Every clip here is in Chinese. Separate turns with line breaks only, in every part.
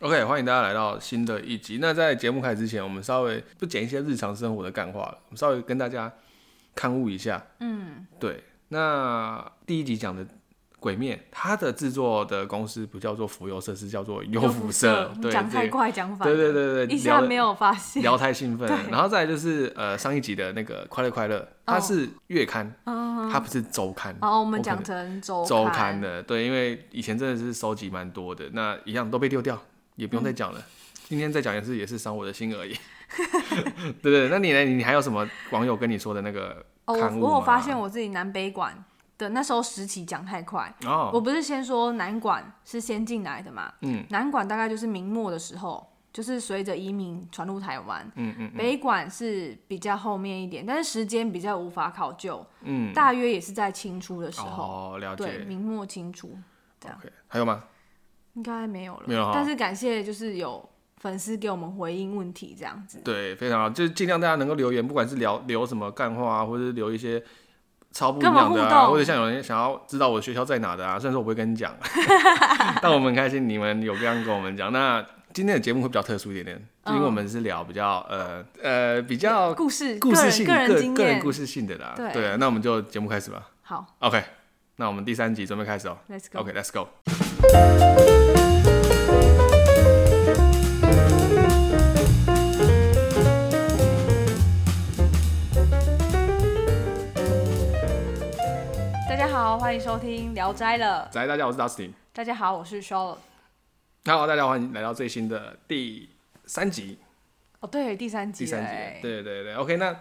OK，欢迎大家来到新的一集。那在节目开始之前，我们稍微不讲一些日常生活的干话了，我们稍微跟大家看悟一下。嗯，对。那第一集讲的《鬼灭》，它的制作的公司不叫做浮游社，是叫做优
辐
辐社。对，
讲太
这个
快，讲反
对对
了，
对对，
一下
聊得
没有发现，
聊太兴奋了。然后再来就是呃上一集的那个《快乐快乐》，它是月刊，它不是周刊。
然后我们
我可
讲
能
成周
周刊
刊，
的，对，因为以前真的是收集蛮多的，那一样都被丢掉，也不用再讲
嗯
了。今天再讲也是也是伤我的心而已。 对对，那你呢？你还有什么网友跟你说的那个
哦，我
刊物
我有
吗
发现我自己南北馆的那时候时期讲太快，
哦，
我不是先说南馆是先进来的嘛，
嗯，
南馆大概就是明末的时候，就是随着移民传入台湾，嗯嗯北馆是比较后面一点，但是时间比较无法考究，
嗯，
大约也是在清初的时候，
哦，了解。
对，明末清初这样
OK，还有吗？
应该没有了，
没有哈
但是感谢就是有粉丝给我们回应问题这样子，
对，非常好，就是尽量大家能够留言，不管是聊留什么干话啊，或者是留一些超不一
跟我们
样的
互
啊，
动
或者像有人想要知道我学校在哪的啊，虽然说我不会跟你讲， 但我们很开心你们有这样跟我们讲。那今天的节目会比较特殊一点点，因为我们是聊比较呃呃比较
故事、
故事性、
嗯个人、
个
个经
个人
验，
故事性的啦。
对
对啊，那我们就节目开始吧。
好
OK，那我们第三集准备开始哦。
，Let's go。
OK，Let's go。
大家好，欢迎收听《聊斋》了。
来，大家好，我是 Dustin。
大家好，我是 Charlotte。
Hello，大家欢迎来到最新的第三集。
哦，对，第三集
第
了，
三集了
哎，
对对对，OK，那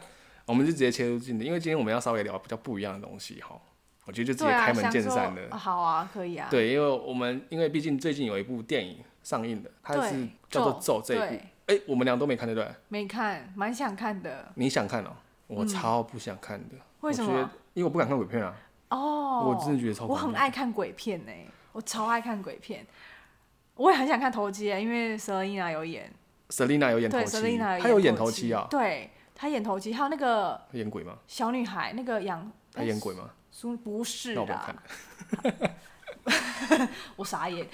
我们就直接切入进的，因为今天我们要稍微聊比较不一样的东西哈，我觉得就直接
对啊
开门见
想
山
说
的。
啊好啊，可以啊。
对，因为我们因为毕竟最近有一部电影上映的，它是
对
叫做《咒
咒》
这一部，
对
哎、我们俩都没看对不对？
没看，蛮想看的。
你想看哦、我超不想看的，
嗯为什么
我觉得因为我不敢看鬼片啊，
哦，
我真的觉得超
我
恐怖
很爱看鬼片呢、我超爱看鬼片。我也很想看头七、欸，因为 Selina 有演，
Selina 有演头
对
七，
，Selina
她有演
演
头七
七
啊，
对，她演头七，还有那个
她演鬼吗？
小女孩，那个杨
她演鬼吗？
苏不是
那哎我没有
啦
看，，
我傻眼，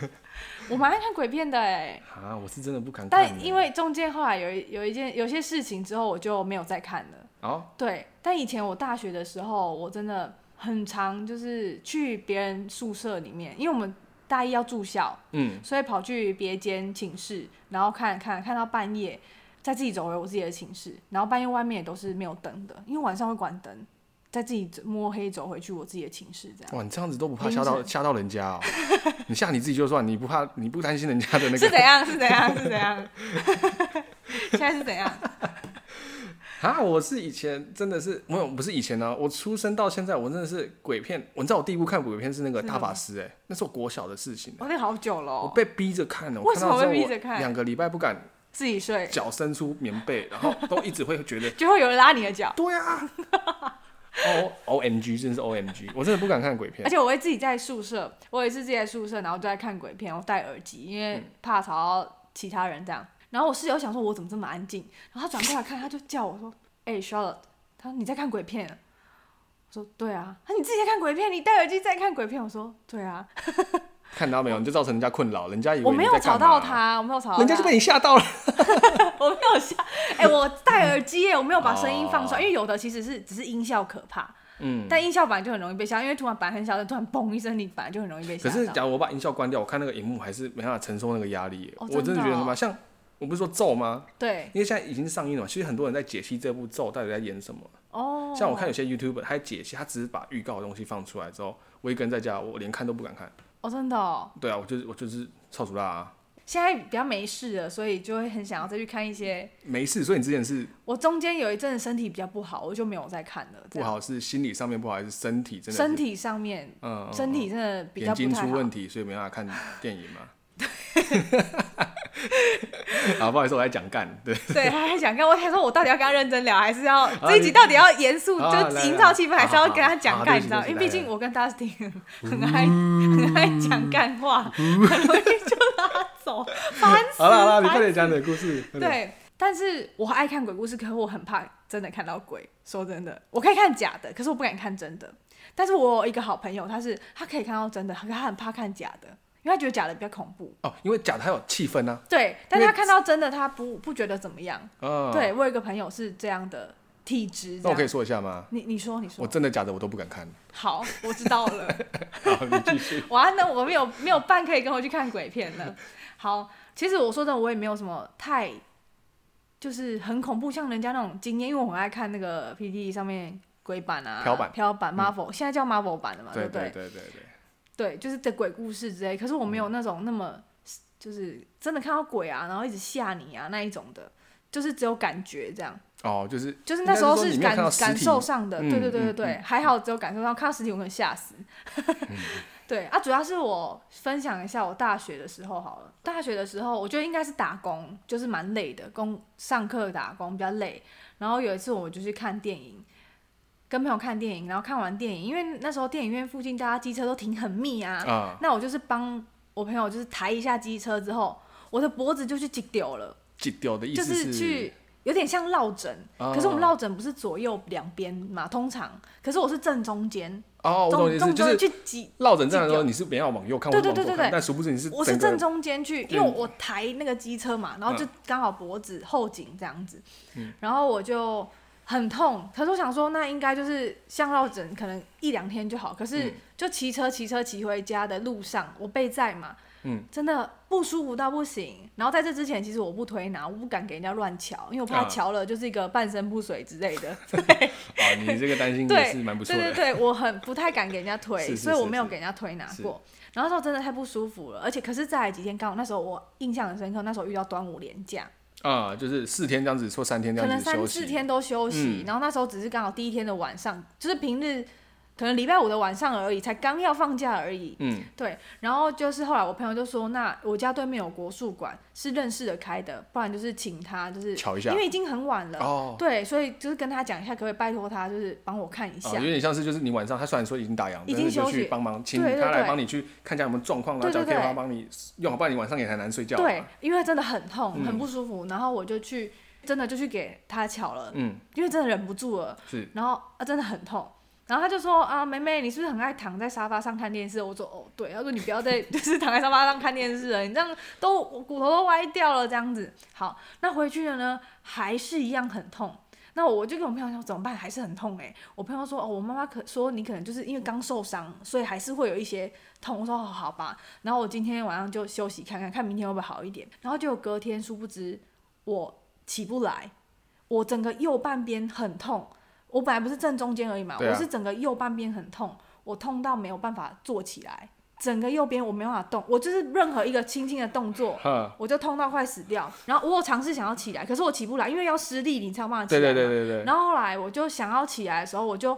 我蛮爱看鬼片的哎、
啊，我是真的不敢看
但
的。
因为中间后来有一有一件有些事情之后，我就没有再看了。
哦，
对，但以前我大学的时候，我真的很常就是去别人宿舍里面，因为我们大一要住校，
嗯，
所以跑去别间寝室，然后看看看到半夜，再自己走回我自己的寝室，然后半夜外面也都是没有灯的，因为晚上会关灯，再自己摸黑走回去我自己的寝室，这样、
哇，你这样子都不怕
凌
吓到
晨
吓到人家 哦、你吓你自己就算，你不怕你不担心人家的那
是
个
怎样？是怎样？是怎样？ 现在是怎样？
啊？我是以前真的是没有，不是以前啊，我出生到现在，我真的是鬼片。我知道我第一部看鬼片是那个
是
大法师、欸，哎，那是我国小的事情、欸
哦，那好久了、
我
哦，
被逼着看的，我
为
看
什么
到之后
会逼
我
着看
两个礼拜不敢
自己睡
脚伸出棉被，然后都一直会觉得，。
就会有人拉你的脚
对啊，O O M G，真的是 O M G，我真的不敢看鬼
而
片。
且我会自己在宿舍，我也是自己在宿舍，然后就在看鬼片，我戴耳机，因
嗯
为怕吵到其他人这样。然后我室友想说，我怎么这么安静？然后他转过来看，他就叫我说：“哎、s h a r l o t t e 他说你在看鬼片啊？”我说：“对啊。”他说：“你自己在看鬼片，你戴耳机在看鬼片。”我说：“对啊，
看到没有？你就造成人家困扰，人家以为
我
你
没有
在干
吵到
嘛，啊
他，我没有吵到他，
人家就被你吓到了。
我没有吓，哎、我戴耳机耶，我没有把声音放出来，
哦
因为有的其实是只是音效可怕，
嗯，
但音效本来就很容易被吓，因为突然本来很小声，突然嘣一声，你本来就很容易被吓
可
到。
是，假如我把音效关掉，我看那个荧幕还是没办法承受那个压力耶、
哦
我真
真
的
的
觉得
哦
很麻像我不是说咒吗？
对，
因为现在已经上映了嘛，其实很多人在解析这部咒到底在演什么。
哦，
像我看有些 YouTube 他在解析，他只是把预告的东西放出来之后，我一个人在家，我连看都不敢看。
哦，真的、哦，
对啊，我就是我就是臭鼠啦、啊，
现在比较没事了，所以就会很想要再去看一些。
没事。所以你之前是
我中间有一阵子身体比较不好，我就没有再看了。这
不
样，
好，是心理上面不好，还是身体真的是？
身体上面，
嗯，嗯
身体真的比
眼
较不
睛
太
出
好。
问题，所以没办法看电影 嘛。好，不好意思，我在讲干。 对，
对，他还想跟我，他说我到底要跟他认真聊，还是要
啊
这一集到底要严肃，
啊来
就营造气氛，
来
还是要
好好
跟他
好
讲
好
干，
对不
你知
起
道？
对
因
不
为
起
毕竟我跟 Dustin 很爱很爱讲干话，很容易就拉走，烦死。
好了好了，你
烦
快点讲你的故事。快点
对，但是我爱看鬼故事，可是我很怕真的看到鬼。说真的，我可以看假的，可是我不敢看真的。但是我有一个好朋友，他是他可以看到真的，可他很怕看假的，因为因为他觉得假的比较恐怖。
哦，因为假的还有气氛啊，
对，但
因为
是他看到真的，他不不觉得怎么样。
啊，
对我有一个朋友是这样的体质，
那
这
我可
样。
以说一下吗？
你你说你说
我，真的假的我都不敢看。
好，我知道了。
好，你继续。
哇，那我没有没有伴可以跟我去看鬼片了。好，其实我说真的，我也没有什么太，就是很恐怖，像人家那种经验，因为我很爱看那个 P D 上面鬼版啊、
漂版嗯
漂版 Marvel，、现在叫 Marvel 版的嘛，
对
不对？
对对对，
对，就是的鬼故事之类。可是我没有那种那么，就是真的看到鬼啊，然后一直吓你啊那一种的，就是只有感觉这样。
哦，就是
就是那时候
应该是说你没有
感
看到实体
感受上的，
嗯
对对对
嗯嗯
对对，还好只有感受上，看到实体我可能吓死。 对啊，主要是我分享一下我大学的时候好了。大学的时候，我觉得应该是打工，就是蛮累的，工上课打工比较累。然后有一次我就去看电影，跟朋友看电影，然后看完电影，因为那时候电影院附近大家机车都停很密啊，
啊，
那我就是帮我朋友就是抬一下机车之后，我的脖子就去挤丢了。
挤掉的意
就
思
是去有点像落枕，
哦
可是我们落枕不是左右两边嘛，通常，可是我是正中间，
哦，我懂你
中
意思，
中
就
间
是
去挤，
落枕站的时候你是没要往右看，
对
我是往
对
左
对
看
对对
但殊不知你是
我是
整个
正中间去，因为
嗯
我抬那个机车嘛，然后就
嗯
刚好脖子后颈这样子，然后我就很痛，可是我想说那应该就是像落枕，可能一两天就好，可是
嗯
就骑车骑车骑回家的路上，我被载嘛。
嗯，
真的不舒服到不行。然后在这之前，其实我不推拿，我不敢给人家乱瞧，因为我怕
啊
瞧了就是一个半身不遂之类的。
啊，你这个担心也
对
是蛮不错
对对
的，
对，我很不太敢给人家推，
是是
所以我
是
没有
是
给人家推拿过。然后那时候真的太不舒服了，而且可是再来几天，刚好那时候我印象很深刻，那时候遇到端午连假，
啊，就是四天这样子，或三天这
可
样
能
子
三
休
四
息，
天都休息。
嗯
然后那时候只是刚好第一天的晚上，就是平日可能礼拜五的晚上而已，才刚要放假而已。
嗯，
对，然后就是后来我朋友就说，那我家对面有国术馆，是认识的开的，不然就是请他就是
瞧一下
因为已经很晚了，
哦。
对，所以就是跟他讲一下，可不可以拜托他就是帮我看一
哦，
下。
有点像是就是你晚上，他虽然说已经打烊，
呃已
但是你
经
就
休息
去帮忙，请
对对
他来
对
帮你去看一下有没有状况，然后啊
对
叫
对
天
对
花帮你用好，不然你晚上也很难睡觉。啊
对，，因为真的很痛，
嗯
很不舒服，然后我就去真的就去给他瞧了，
嗯，
因为真的忍不住了，
是
然后啊真的很痛。然后他就说啊，妹妹，你是不是很爱躺在沙发上看电视？我说哦，对。他说你不要再 就是躺在沙发上看电视了，你这样都我骨头都歪掉了这样子。好，那回去了呢，还是一样很痛。那我就跟我朋友说怎么办，还是很痛哎、我朋友说哦，我妈妈可说你可能就是因为刚受伤，所以还是会有一些痛。我说哦，好吧。然后我今天晚上就休息看看，看明天会不会好一点。然后就隔天，殊不知我起不来，我整个右半边很痛。我本来不是正中间而已嘛，
对啊
我是整个右半边很痛，我痛到没有办法坐起来，整个右边我没办法动，我就是任何一个轻轻的动作。
哈，
我就痛到快死掉，然后我有尝试想要起来，可是我起不来，因为要施力你才有办法起
对
来嘛。
对对对对，
然后后来我就想要起来的时候，我就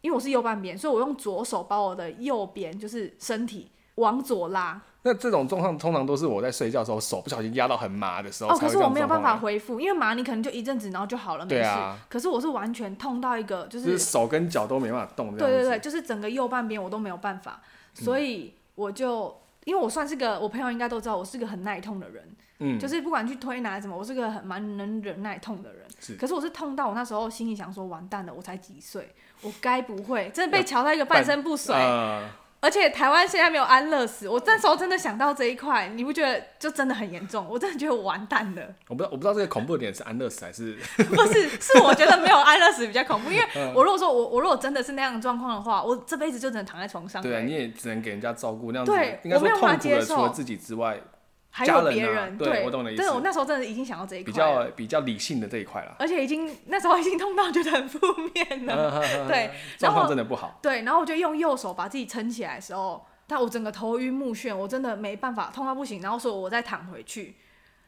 因为我是右半边，所以我用左手把我的右边就是身体往左拉。
那这种状况通常都是我在睡觉的时候手不小心压到很麻的时候
哦，
才
可
会
是
这
我
种
没有
状
办
况
法
啊，
恢复，因为麻你可能就一阵子，然后就好了，没
对
事。
啊
可是我是完全痛到一个就是，
就是手跟脚都没办法动这
对
样
对
子。
对，就是整个右半边我都没有办法，
嗯
所以我就。因为我算是个，我朋友应该都知道，我是个很耐痛的人，
嗯，
就是不管去推拿什么，我是个很蛮能忍耐痛的人。
是
可是我是痛到我那时候心里想说，完蛋了，我才几岁，我该不会真的被瞧到一个半身不遂？
呃
而且台湾现在没有安乐死，我那时候真的想到这一块，你不觉得就真的很严重？我真的觉得我完 蛋了，
我不知道，我不知道这个恐怖的点是安乐死还是
不是，是我觉得没有安乐死比较恐怖，因
嗯
为我如果说我我如果真的是那样的状况的话，我这辈子就只能躺在床上
对啊，
而已
你也只能给人家照顾那样子
对，
应该
我
说
没有
痛苦
办法
的
接受
除了自己之外，
还
家人
有
啊
别人，
对我懂你的意思
但是我那时候真的已经想到这一
比
块啊了，
较比较理性的这一块啦。啊
而且已经那时候已经痛到觉得很负面了， 对，
状
然
况
后
真的不好，
对，然后我就用右手把自己撑起来的时候，但我整个头晕目眩，我真的没办法，痛到不行。然后所以我再躺回去，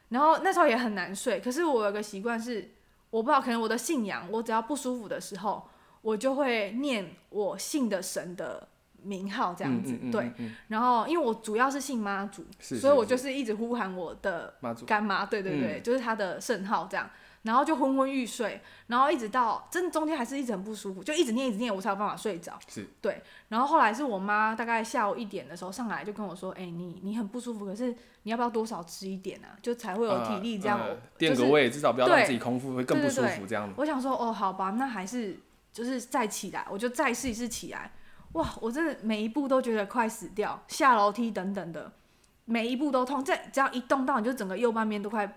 然后那时候也很难睡。可是我有个习惯是，我不知道，可能我的信仰，我只要不舒服的时候，我就会念我信的神的名号
这
这样子。对，，
嗯嗯
然后因为我主要是信妈祖，
是
所以
是
我就是是一直呼喊我的
妈祖
干妈，对对对，
嗯
就是她的圣号这样，然后就昏昏欲睡，然后一直到真的中间还是一直很不舒服，就一直念一直念，我才有办法睡着。
是
对，然后后来是我妈大概下午一点的时候上来就跟我说，哎、你你很不舒服，可是你要不要多少吃一点啊，就才会有体力这样。
呃
我
呃垫
就是
个位，至少不要让
对
自己空腹会更不舒
对对
服这样。
我想说，哦，好吧，那还是就是再起来，我就再试一试起来。哇，我真的每一步都觉得快死掉，下楼梯等等的，每一步都痛，这只要一动到你就整个右半边都快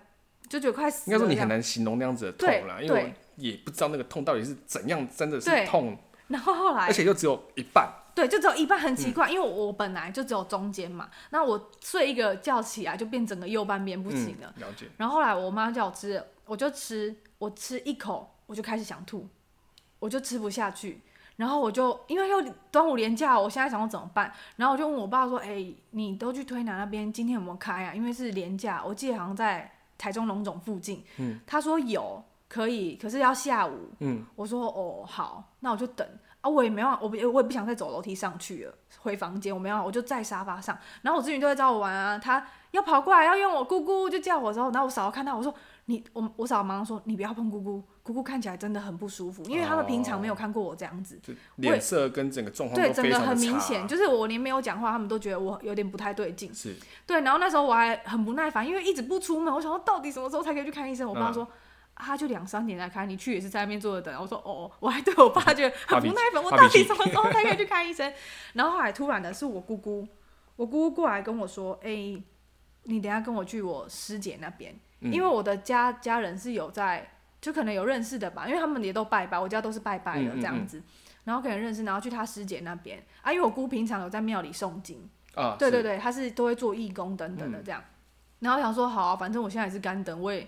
就觉得快死
应该
了这
说你
样。
很难形容那样子的痛啦，
对
因为我
对
也不知道那个痛到底是怎样，真的是
对
痛，
然后后来
而且嗯又只有一半。
对，就只有一半，很奇怪，因为我本来就只有中间嘛，那我睡一个觉起来就变整个右半边不行了。
嗯，了解。
然后后来我妈叫我吃，我就吃，我吃一口我就开始想吐，我就吃不下去。然后我就因为又端午连假，我现在想要怎么办？然后我就问我爸说：“哎、你都去推拿那边，今天有没有开啊？因为是连假，我记得好像在台中龙总附近。”嗯，他说有，可以，可是要下午。
嗯，
我说哦好，那我就等啊，我也没办法，我不我也不想再走楼梯上去了，回房间我没办法，我就在沙发上。然后我侄女都在找我玩啊，她要跑过来要用我姑姑，就叫我的时候，然后我嫂嫂看到我说你我我嫂嫂忙说你不要碰姑姑，姑姑看起来真的很不舒服，因为他们平常没有看过我这样子。
就脸色跟整个状况
对，
都
整
非
个
常的
很明
差啊
显，就是我连没有讲话，他们都觉得我有点不太对劲。
是
对，然后那时候我还很不耐烦，因为一直不出门，我想说到底什么时候才可以去看医生？我爸
嗯
说。啊，就两三点才开，你去也是在那边坐着等。我说哦，我还对我爸
嗯
觉得很不耐烦，我
发脾
到
气
底什么时候才可以去看医生？然后后来突然的是我姑姑，我姑姑过来跟我说，哎、你等一下跟我去我师姐那边，
嗯
因为我的家家人是有在，就可能有认识的吧，因为他们也都拜拜，我家都是拜拜的
嗯嗯
这样子，然后可能认识，然后去他师姐那边啊，因为我姑平常有在庙里诵经，
啊，
对
是嗯
对对，他是都会做义工等等的这样。然后想说，好啊，反正我现在也是干等，我也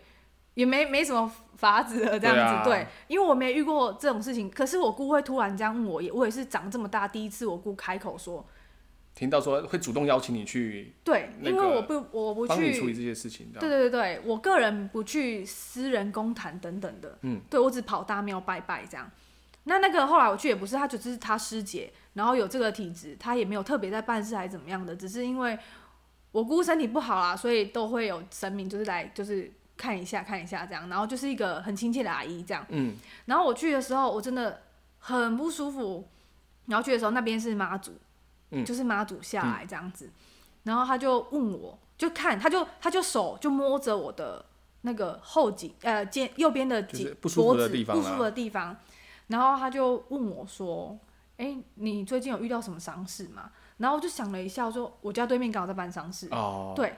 也没没什么法子了这
对
样子。
啊
因为我没遇过这种事情，可是我姑会突然这样问我，也我也是长这么大第一次，我姑开口说，
听到说会主动邀请你去
对，
那
因为
个
我不我不
帮你处理
去。
这些事情，这
对
样
对对对，我个人不去私人公坛等等的，
嗯，
对我只跑大庙拜拜这样。那那个后来我去也不是，她只是她师姐，然后有这个体质，她也没有特别在办事还是怎么样的，只是因为我姑身体不好啦，所以都会有神明就是来就是看一下看一下这样，然后就是一个很亲切的阿姨这样。
嗯，
然后我去的时候，我真的很不舒服。然后去的时候，那边是妈祖，
嗯
就是妈祖下来这样子。然后他就问我，就看，他就他就手就摸着我的那个后颈，呃，肩右边的
就是
颈
不舒服的
脖子
地方啦
不舒服的地方。然后他就问我说：“哎，你最近有遇到什么丧事吗？”然后我就想了一下，我说我家对面刚好在办丧事，
哦，
对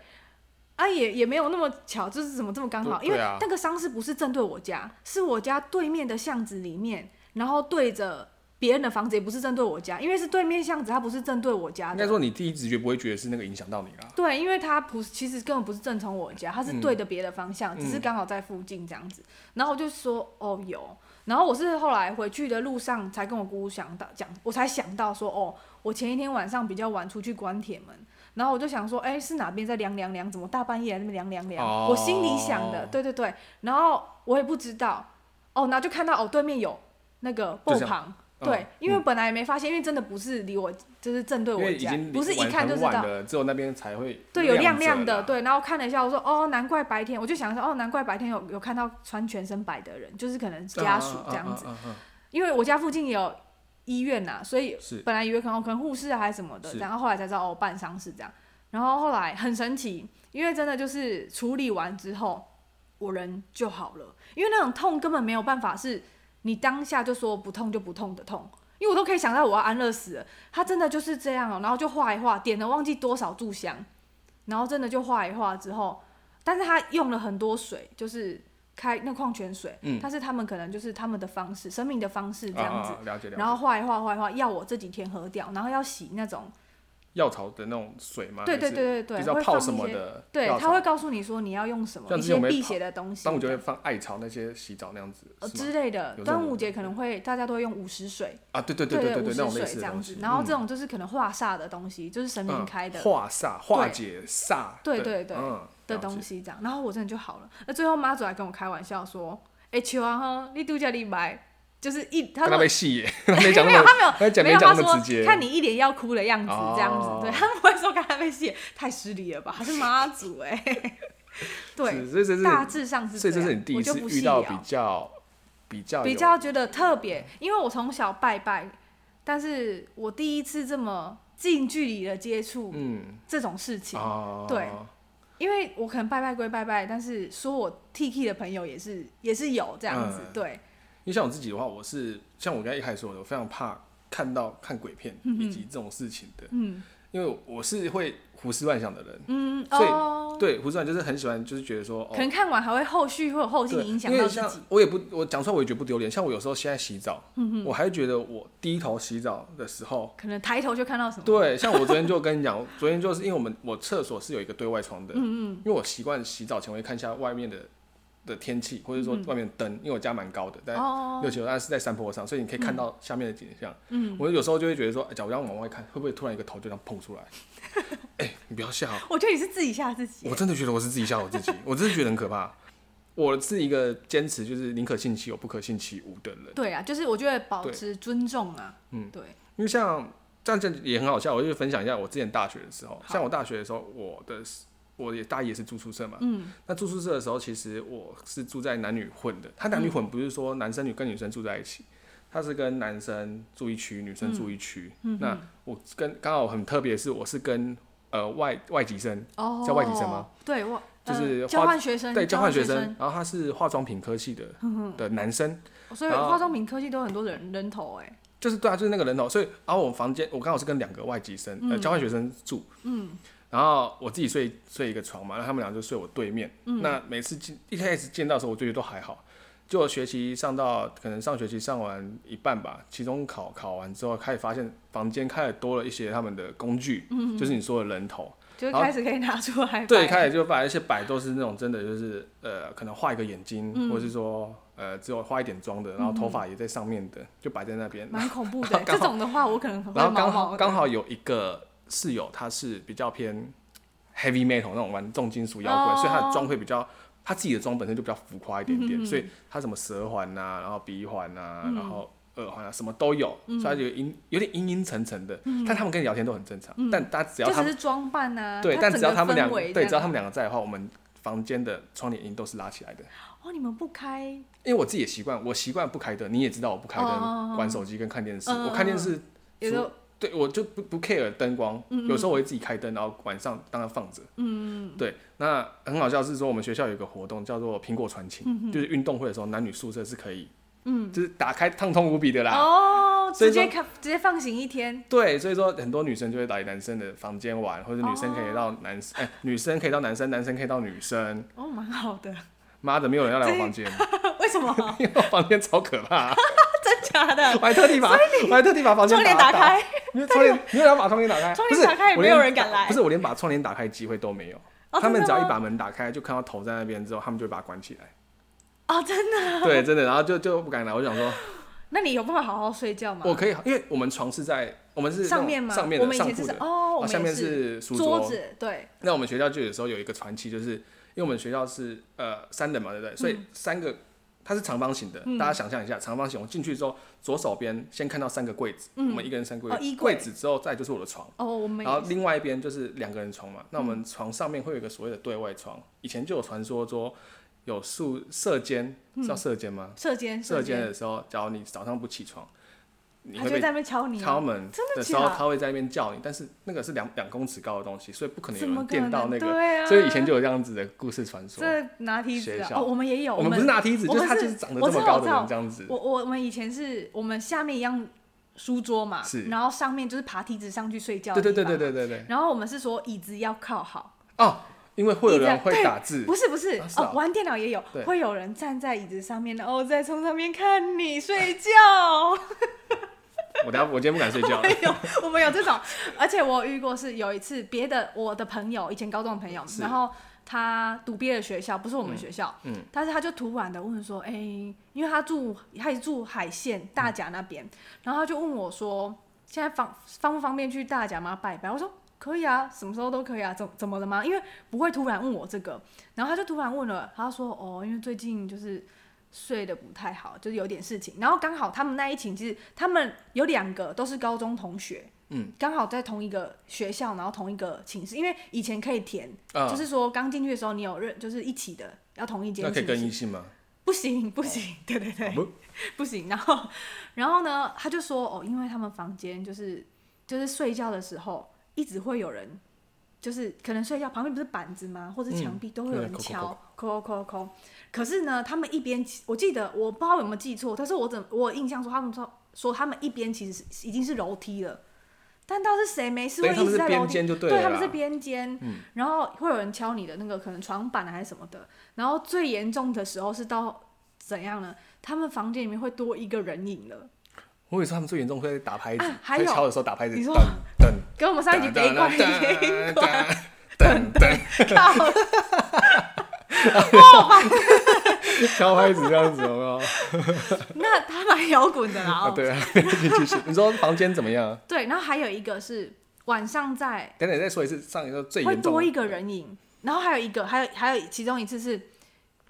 啊，也也没有那么巧，就是怎么这么刚好？
对
因为
对啊
那个丧事不是正对我家，是我家对面的巷子里面，然后对着别人的房子，也不是正对我家，因为是对面巷子，它不是正对我家
应该
的。
说你第一直觉不会觉得是那个影响到你啦，
对，因为它不是，其实根本不是正从我家，它是
嗯
对着别的方向，只是
嗯
刚好在附近这样子。然后我就说哦有，然后我是后来回去的路上才跟我姑姑想到讲，我才想到说哦，我前一天晚上比较晚出去关铁门，然后我就想说，哎、是哪边在凉凉凉？怎么大半夜在那边凉凉凉？
哦
我心里想的，对对对。然后我也不知道，哦，然后就看到哦对面有那个
就
爆
这样
旁。
嗯
对，因为本来也没发现，因为真的不是离我，就是正对
因
我
为已
家
经，
不是一
晚
看就
很
知
晚
道。
了只有那边才会
对，有亮
亮
亮
着
的，
啦，
对。然后看了一下，我说哦，难怪白天，我就想说哦，难怪白天有有看到穿全身白的人，就是可能家属这样子，
啊，啊啊啊啊
因为我家附近也有医院呐、所以
是
本来以为可能可能护士啊还是什么的，
是
然后后来才知道哦，办丧事这样。然后后来很神奇，因为真的就是处理完之后，我人就好了，因为那种痛根本没有办法是你当下就说不痛就不痛的痛。因为我都可以想到我要安乐死了，他真的就是这样哦、然后就画一画，点了忘记多少炷香，然后真的就画一画之后，但是他用了很多水，就是开那矿泉水，
嗯
但是他们可能就是他们的方式，生命的方式这样子，
啊啊啊了解了解。
然后画一画画一画，要我这几天喝掉，然后要洗那种，
药草的那种水嘛，
对
啊还
对
是
对对
不
对，
知道
会
泡
放
什
一
么
些，
的
对，
药
他
草
会，告诉你说你要用什么
像
一
之前
些
我们
辟
泡
邪的东西，
端午节会放艾草那些洗澡那样子，
呃
是吗
之类的
有。这
端
种
午节可能会大家都会用午时水，
啊，对对
对
对对，
午
那
时
种类
水
似的
这样
东
子
西。，
然后
嗯
这种就是可能化煞的东西，就是神明
嗯
开的
化煞、化解煞
对
的
对对
嗯
的
了解
东西这样，然后我真的就好了。那最后妈祖还跟我开玩笑说：“哎，求啊哈，你度假你买。”就是一，他
但
说
他没戏 耶，他没讲
没
那
有，
么，
他没有，
他讲
没
没
有，
讲
他
那么
说
直接。
看你一脸要哭的样子，这样子，
哦
对他不会说刚才被戏太失礼了吧？他是妈祖哎、对，
是，所以这
大
是，
致上是
所以
这
这是
样
你第一
我
次
就不
遇
细
到
聊
比较比较
比
有
较觉得特别，因为我从小拜拜，但是我第一次这么近距离的接触
嗯
这种事情，
啊，
对因为我可能拜拜归拜拜，但是说我 T K 的朋友也是也是有这样子，
嗯
对，
因为像我自己的话，我是像我刚才一开始说的，我非常怕看到看鬼片以及这种事情的，
嗯，
因为我是会胡思乱想的人，
嗯
所以
哦，
对，胡思乱就是很喜欢，就是觉得说，哦
可，能看完还会后续会有后劲
对，
影响
因
到
为
自
像
己，嗯
我也不，我讲出来我也觉得不丢脸。像我有时候现在洗澡，我还觉得我低头洗澡的时候，
可能抬头就看到什么，
对，像我昨天就跟你讲， 昨天就是因为我们我厕所是有一个对外窗的，
嗯嗯，
因为我习惯洗澡前会看一下外面的的天气，或者说外面的灯，因为我家蛮高的，但
嗯哦，
六七楼，但是在山坡上，所以你可以看到下面的景象。
嗯，
我有时候就会觉得说，哎假如让我往外看，会不会突然一个头就这样碰出 来？哎、你不要吓我！
我觉得你是自己吓自己
我，真的觉得我是自己吓我自己，我真的觉得很可怕。我是一个坚持就是宁可信其有，不可信其无的人。
对啊，就是我觉得保
对
持尊重啊，
嗯
对，
因为像这样这样也很好笑，我就分享一下我之前大学的时候，像我大学的时候，我的我也大一也是住宿舍嘛，
嗯，
那住宿舍的时候，其实我是住在男女混的。他男女混不是说男生女跟女生住在一起，他是跟男生住一区，女生住一区。那我跟刚好很特别，是我是跟呃外外籍生，
哦，
叫外籍生吗？
对，我
就是花
呃交换学生，
对交换学
生，
生，然嗯后他是化妆品科系的的男生，
哦所以
然后
化妆品科技都有很多人人头哎、
就是对啊，就是那个人头。所以，然后我房间我刚好是跟两个外籍生呃交换学生住，
嗯，
然后我自己睡睡一个床嘛，然后他们俩就睡我对面。
嗯
那每次见一开始见到的时候，我就觉得都还好。就我学期上到可能上学期上完一半吧，期中考考完之后，开始发现房间开始多了一些他们的工具，就是你说的人头。
就是
好
开始可以拿出嗯来摆，
对，开始就把一些摆都是那种真的就是呃，可能画一个眼睛，
嗯
或者是说呃只有画一点妆的，然后头发也在上面的，就摆在那边。
蛮恐怖的、
然后
这
刚好
种的话，我可能会
然后
毛
刚
毛
好
的
刚好有一个室友，他是比较偏 heavy metal 那种玩重金属摇滚
哦
所以他的妆会比较，他自己的妆本身就比较浮夸一点点，
嗯嗯嗯嗯
所以他什么舌环呐、啊然后鼻环呐、然后耳环啊，什么都有，所以他就
嗯
阴有点阴阴沉沉的。但他们跟你聊天都很正常，但他只要
就
他
只
们
是装扮啊，
对，
它
但
整
只要
个
他们
氛
两
围
对，
这
只要
样
他们两个在的话，我们房间的窗帘音都是拉起来的。
哦，你们不开
因为我自己也习惯，我习惯不开灯，你也知道我不开
哦
灯，玩手机跟看电视。
嗯嗯
我看电
嗯
视
有时候
对我就不不 care 灯光，有时候我会自己开灯，然后晚上当然放着。
嗯
对，那很好笑是说我们学校有一个活动叫做苹果传情，就是运动会的时候男女宿舍是可以，
嗯
就是打开畅通无比的啦。
哦，
啊所以
直接
说
看直接放行一天，
对，所以说很多女生就会来男生的房间玩，或者女生可以
哦
到男生，哎、女生可以到男生，男生可以到女生。
哦，蛮好的，
妈的，没有人要来我
这
房间，
为什么？
因为我房间超可怕，
真假的
我？还特地把，我还特地把房间
窗帘打
开。
开，
因为窗帘，你为要把窗帘打开，
窗
不
帘
是
打开也
我
没有
连
人敢来
不是我连把窗帘打开的机会都没有。
哦
他们
真
只
的
要一
吗
把门打开，就看到头在那边之后，他们就会把它关起来。
哦，真的？
对，真的，然后就就不敢来。我想说，
那你有办法好好睡觉吗？
我可以，因为我们床是在我们是那种
上面吗？
上面
我
的
们以
上
前
铺
就是
的，啊
哦，我们
下
也
面是书
桌。子，对，
那我们学校就有时候有一个传奇，就是因为我们学校是呃三人嘛，对不对？所
嗯
以三个它是长方形的，大家想象一下，长方形。我进去之后，左手边先看到三个柜子，我们一个人三个
哦衣柜
柜子之后再就是我的床。
哦，我们
然后
也
另外一边就是两个人床嘛，那我
嗯
们床上面会有一个所谓的对外窗，以前就有传说说有宿舍间，
嗯
是叫舍间吗？
射间
舍
射
间
间，
的时候，假如你早上不起床，你
他
会
就在
被
那边敲你啊，
敲门
真的
时候，
假
他会在那边叫你，但是那个是两两公尺高的东西，所以不可能有
怎么
人
可
电
能
到那个，
对啊，
所以以前就有这样子的故事传说。
这拿梯子
学
啊
校
哦，我们也有，
我们不是拿梯子，
我
就
们
是他
是
就是长得
我
这么
知道
高
我
的
知道
人这样子。
我我我们以前是我们下面一样书桌嘛，
是
然后上面就是爬梯子上去睡觉，
对对对对。对对对。
然后我们是说椅子要靠好，
哦，因为会有
一直
人
对
会打字
不，是不是
啊是
哦
啊，
玩电脑也有，
对
会有人站在椅子上面，然后再从上面看你睡觉。
我等下我今天不敢睡觉了。
有， 我们有这种，而且我有遇过是有一次别的我的朋友，以前高中的朋友，
是
然后他读别的学校，不是我们
嗯
学校，
嗯
但是他就突然的问说，哎、因为他住他也住海线大甲那
嗯
边，然后他就问我说，现在方方不方便去大甲吗拜拜？我说。可以啊，什么时候都可以啊，怎怎么了吗？因为不会突然问我这个，然后他就突然问了，他说哦，因为最近就是睡得不太好，就是有点事情。然后刚好他们那一群，其实他们有两个都是高中同学，
嗯，
刚好在同一个学校，然后同一个寝室。因为以前可以填，
啊
就，是说刚进去的时候你有认，就是一起的，要同一间
那可以
寝
跟
室
异性吗？
不行不行，对对对，
哦不
不行。 然后然后呢，他就说哦，因为他们房间就是就是睡觉的时候一直会有人，就是可能睡觉旁边不是板子吗，或者墙壁都会有
嗯对
人
扣扣
敲，抠抠抠抠。可是呢，他们一边我记得我不知道有没有记错，但是我怎我有印象说他们说说他们一边其实是已经是楼梯了。但到底是谁没事会
对，他
一
们
直
是
在楼
边
梯？
间就对
对，
了啦。
他们是边间，
嗯
然后会有人敲你的那个可能床板啊还是什么的。然后最严重的时候是到怎样呢？他们房间里面会多一个人影了。
我以为是他们最严重会在打拍子
啊，还
在
有
敲的时候打拍子，
你
噔
说
噔
跟我们上一集
噔
北管
噔
一
噔
样，
噔噔
靠，
噔，敲拍子这样子，有 没有？
那他蛮摇滚的啦、
啊，
哦。
对啊， 继续。你说房间怎么样？
对，然后还有一个是晚上在
等等再说一次，上一个最
会
严重
多一个人影，然后还有一个，还有还有其中一次是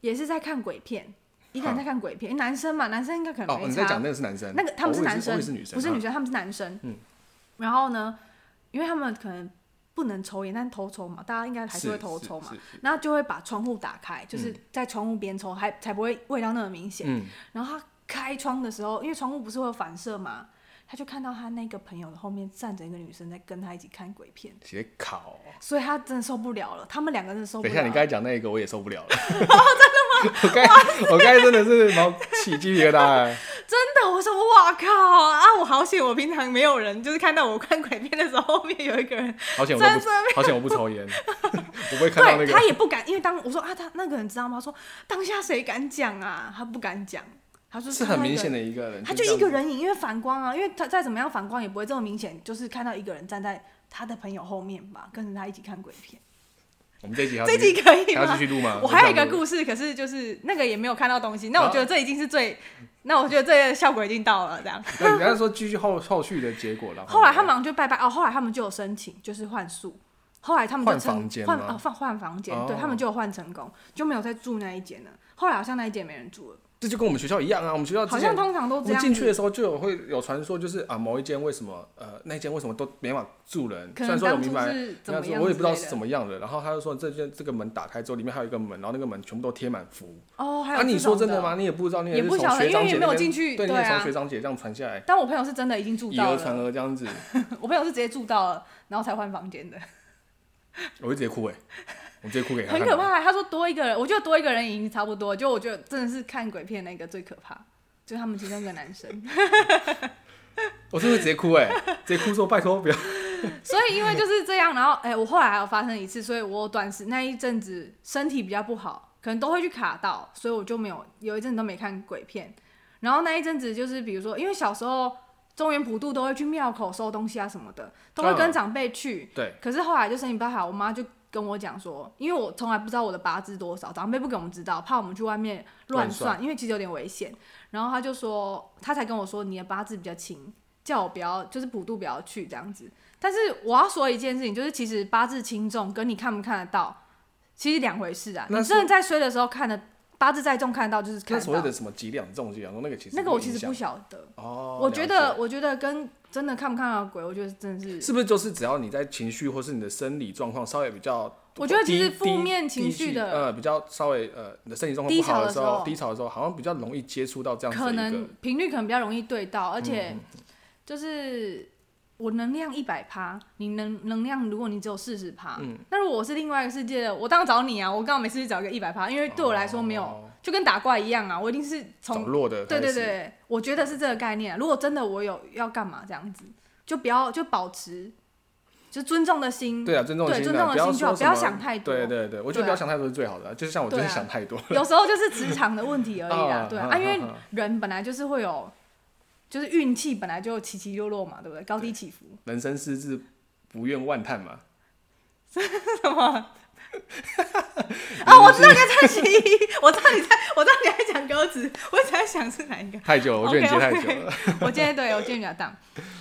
也是在看鬼片，一个人在看鬼片，男生嘛，男生应该可能
哦，
没
你在
差。
讲那个是男生，
那个他们
哦我以为是
男生，
我以为是女生，
不是
啊
女生，他们是男生。
嗯
然后呢，因为他们可能不能抽烟，但偷抽嘛，大家应该还是会偷抽嘛，。然后就会把窗户打开，就是在窗户边抽，还才不会味道那么明显。
嗯，
然后他开窗的时候，因为窗户不是会有反射嘛，他就看到他那个朋友的后面站着一个女生在跟他一起看鬼片，
写考。
所以他真的受不了了，他们两个真的受不
等一
了
下，
了。哦
你刚才讲那个我也受不 了了。真的吗？ 我刚我刚才真的是毛起鸡皮疙瘩哎。
真的，我说哇靠啊！我好险，我平常没有人，就是看到我看鬼片的时候，后面有一个人，
好险我都
真的
不，好险我不抽烟， 我不会看到那
对他
个。
也不敢，因为当我说啊，他那个人知道吗？他说当下谁敢讲啊？他不敢讲，他说
是很明显
的。
的一个人，
他就
这样
一个
子。
人影，因为反光啊，因为他再怎么样反光也不会这么明显，就是看到一个人站在他的朋友后面吧，跟着他一起看鬼片。
我们这一集还要
这
继续
集可以
还要
吗
继？续录吗？
我还有一个
事，
故事，可是就是那个也没有看到东西。那我
好
觉得这已经是最，那我觉得这个效果已经到了。这样，
那你刚才说继续后后续的结果，然后
后来他们好像就拜拜哦，后来他们就有申请，就是换宿。后来他们就
换
成
房间
换
吗
呃换换房间，对
哦
他们就有换成功，就没有再住那一间了。后来好像那一间没人住了，
这就跟我们学校一样啊，我们学校之
好
前
像通常都
我
这
们
样
进去的
子。
时候就有会有传说，就是啊某一间为什么呃那间为什么都没法住人，
可
虽然
能
说我
当
明
初
白
是怎么
那
样，
我也不知道是怎
么。
么样的。然后他就说这件这个门打开之后，里面还有一个门，然后那个门全部都贴满符。
哦，还有
啊，你
这
说
种
真的？吗？你也不知道，你
也
是
不
从
晓得
学
因为
长
也
姐
没有
那边
进去
对，你
对
也从
啊
学长姐这样传下来，
但我朋友是真的已经住
以
到
讹传
了，
讹这样子，
我朋友是直接住到了，然后才换房间的。
我就直接哭哎，我直接哭给啊他
很
看。
可怕、他说多一个人，我觉得多一个人已经差不多。就我觉得真的是看鬼片那个最可怕，就是他们其中一个男生。
我真的直接哭哎，直接哭说拜托不要。
所以因为就是这样，然后哎、我后来还有发生一次，所以我短时那一阵子身体比较不好，可能都会去卡到，所以我就没有有一阵子都没看鬼片。然后那一阵子就是比如说，因为小时候中原普渡都会去庙口收东西啊什么的，都会跟
嗯
长辈去。
对，
可是后来就身体不太好，我妈就跟我讲说，因为我从来不知道我的八字多少，长辈不给我们知道，怕我们去外面乱
乱算
算，因为其实有点危险。然后她就说，她才跟我说你的八字比较轻，叫我不要就是普渡不要去这样子。但是我要说一件事情，就是其实八字轻重跟你看不看得到，其实两回事啊。
那
你
是
真的在衰的时候看的八字再重看得到就是看
那
得
所谓
到
的，什么几两重几两重，那个其实
那个我
没
其实
影响
不晓得。
哦，
我觉
了解
得我觉得跟真的看不看得到鬼，我觉得真的是
是不是就是只要你在情绪或是你的生理状况稍微比较，
我觉得其实
低
负面情绪
低
的
呃比较稍微呃你的身体状况不好时
低潮的时候
低潮的时候，好像比较容易接触到这样子
可
的一
能
个，嗯
频率可能比较容易对到，而且就是我能量一百趴，你能能量如果你只有四十趴，
嗯
那如果我是另外一个世界的，我当然找你啊，我刚好每次去找一个一百趴，因为对我来说没有，
哦
就跟打怪一样啊，我一定是
找
从
弱的，
对对，对，我觉得是这个概念啊、如果真的我有要干嘛这样子，就不要就保持就尊重的心，
对啊，尊重的
对
心
尊重
啊，
的
不要
心就好
说
不要
什么
想太多
对对对，我觉得不
对啊
要想太多是最好的，就是像我真的
对啊
想太多，
有时候就是职场的问题而已啦
啊，
对啊，
啊
啊因为
啊啊
人本来就是会有，就是运气本来就起起落落嘛，对不对？高低起伏，
人生失志不厌万叹嘛。
什么？啊，我知道你在起， 我知道你在，我知道你在讲歌词，我一直在想是哪一个。
太久了，我觉得你接太
OK，OK
久了。
我今天对我今天比较荡，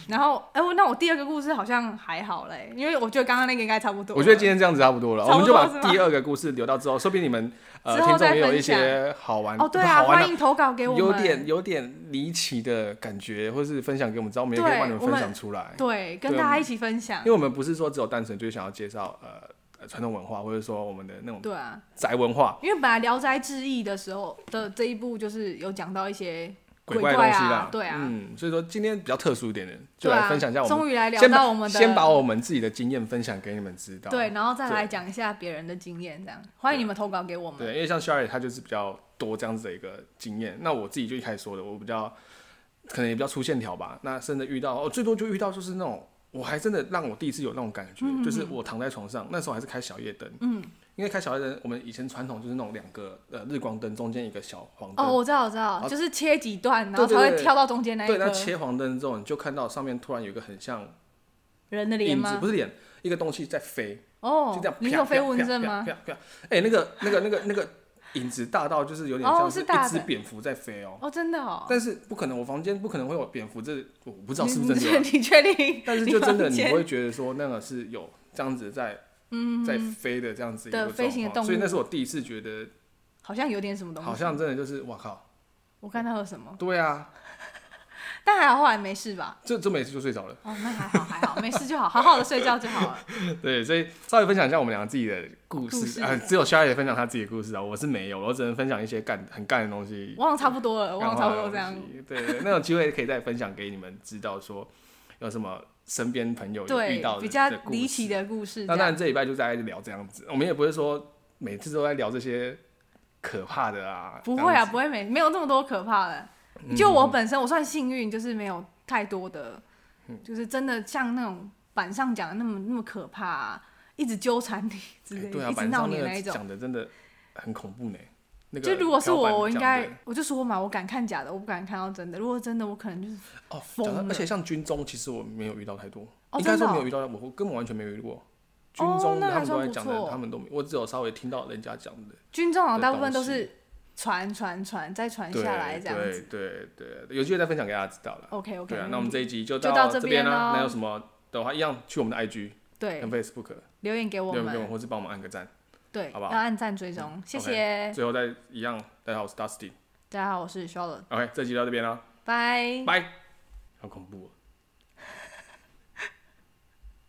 然后哎、我那我第二个故事好像还好嘞，因为我觉得刚刚那个应该差不多了。
我觉得今天这样子差不多了，我们就
差
把
不多是吗
第二个故事留到之后，说不定你们呃
之后
听众
再
也有
分
一些好玩
哦，对啊，
好玩的
欢迎投稿给我们。
有点有点离奇的感觉，或是分享给我们知道，我们也可以
对
帮你们
我
分
们
享出来。
对，跟
对
大
我
家
们
一起分享
因为。我们不是说只有单纯就是想要介绍呃呃传统文化，或者说我们的那种
对啊，
宅文化、
因为本来《聊斋志异》的时候的这一部就是有讲到一些
鬼
怪
怪的东西
啊
啦，，
对啊，
嗯，所以说今天比较特殊一点点，就
对啊
来分享一下我们
终于来聊
先把
到我们的
先把我们自己的经验分享给你们知道。
对，然后再
对
来讲一下别人的经验，这样欢迎你们投稿给我
对，
们。
因为像 Sherry 她就是比较多这样子的一个经验。那我自己哦就一开始说的，我比较可能也比较粗线条吧。那甚至遇到，我、最多就遇到就是那种我还真的让我第一次有那种感觉，
嗯
就是我躺在床上，那时候还是开小夜灯，嗯，因为开小夜灯，我们以前传统就是那种两个呃日光灯中间一个小黄灯，
哦，我知道，我知道，就是切几段，然后
对
才
对
会
对
跳到中间那一
对，那
个
切黄灯之后，你就看到上面突然有一个很像
人的脸
影子，
吗
不？是脸，一个东西在飞，
哦
就这样，
你
啪
有飞
啪
蚊
啪
症
啪
吗？
啪啪，哎，那个那个那个那个影子大到就是有点
哦
像
是大
一只
的
蝙蝠在飞哦，
哦，真的哦，
但是不可能，我房间不可能会有蝙蝠，这我不知道
你
是不是真的啊，
你确 定？
但是就真的你
房间
会觉得说那个是有这样子在。在飞的这样子一
的
个
嗯飞行的
状况所以
动物
那是我第一次觉得
好像有点什么东西，
好像真的就是哇靠，
我看到有什么，
对啊，
但还好后来没事吧？
这这么一次就睡着了。
哦，那还好还好，没事就好，好好的睡觉就好了。
对，所以稍微分享一下我们两个自己的故
故
事
事
啊、只有肖也分享他自己的故事啊，我是没有，我只能分享一些干很干的东西，
忘了差不多了，忘了差不多这样
干。话的东西。对，那有机会可以再分享给你们知道说有什么身边朋友遇
对
到，的
比较
的故事
离奇的故事这
那当然，
样。
这礼拜就大概就聊这样子，我们也不会说每次都在聊这些可怕的啊，
不会
这样
啊，
子嗯
不会没没有那么多可怕的。就我本身，我算幸运，就是没有太多的，
嗯
就是真的像那种板上讲的那么那么可怕、啊，一直纠缠你之
哎
类
对
的，
啊，
一直
板
闹
上
你
那
的那一
个
种。
讲的真的很恐怖呢。那个
就如果是
老板
我，我应
讲
该
的
我就说嘛，我敢看假的，我不敢看到真的。如果真的，我可能就是
哦，
疯
讲到而
了
且像军中，其实我没有遇到太多，
哦
应该
真的
说没
哦
有遇到，我根本完全没有遇过。军
哦
中
那
他
还
们都
算
在
不
讲的，
错
他们都没，我只有稍微听到人家讲的。
军中好像
的
大部分
东
都
西
是传传传再传
对
下来这样子。
对对对，有机会再分享给大家知道了。
OK OK，
对啊，那我们这一集就
就到
这
这
边
边
啦。
咯
那有什么的话，一样去我们的 IG
嗯对
跟 Facebook
留言给我
留言给我
们
们，，或是帮我们按个赞。
对，
好不好
要按赞追踪，谢谢。
最后再一样，大家好，我是 Dusty。
大家好，我是 Charlotte，
OK，这集到这边啦，
拜。
拜。好恐怖哦。